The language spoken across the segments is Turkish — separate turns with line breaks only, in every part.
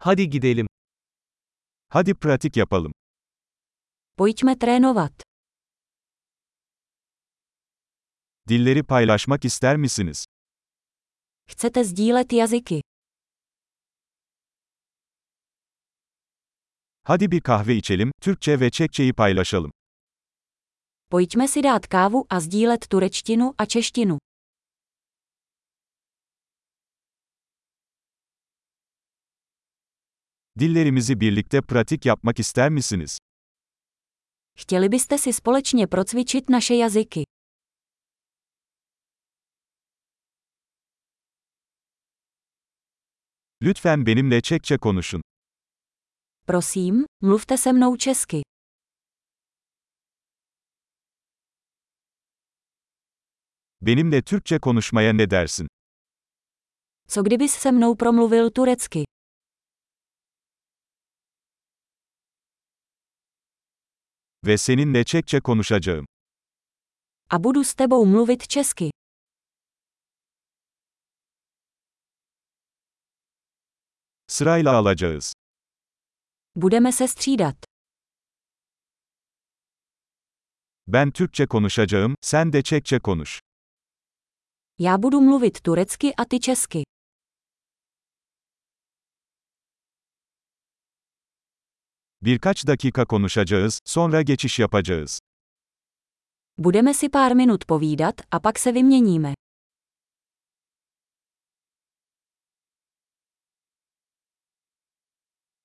Hadi gidelim. Hadi pratik yapalım.
Pojďme trénovat.
Dilleri paylaşmak ister misiniz?
Chcete sdílet jazyky?
Hadi bir kahve içelim, Türkçe ve Çekçeyi paylaşalım.
Pojďme si dát kávu a sdílet turečtinu a češtinu.
Dillerimizi birlikte pratik yapmak ister misiniz?
Chtěli byste si společně procvičit naše jazyky?
Lütfen benimle Çekçe konuşun.
Prosím, mluvte se mnou česky.
Benimle Türkçe konuşmaya ne dersin?
Co kdybys se mnou promluvil turecky?
Ve seninle Çekçe konuşacağım.
A budu s tebou mluvit česky.
Sırayla alacağız.
Budeme se střídat.
Ben Türkçe konuşacağım, sen de Çekçe konuş.
Já budu mluvit turecky a ty česky.
Birkaç dakika konuşacağız, sonra geçiş yapacağız.
Budeme si pár minut povídat a pak se vyměníme.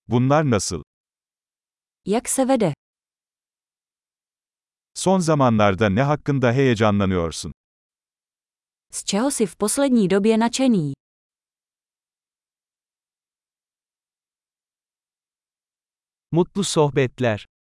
Bunlar nasıl?
Jak se vede?
Son zamanlarda ne hakkında heyecanlanıyorsun?
Z čeho si v poslední době nadšený?
Mutlu sohbetler.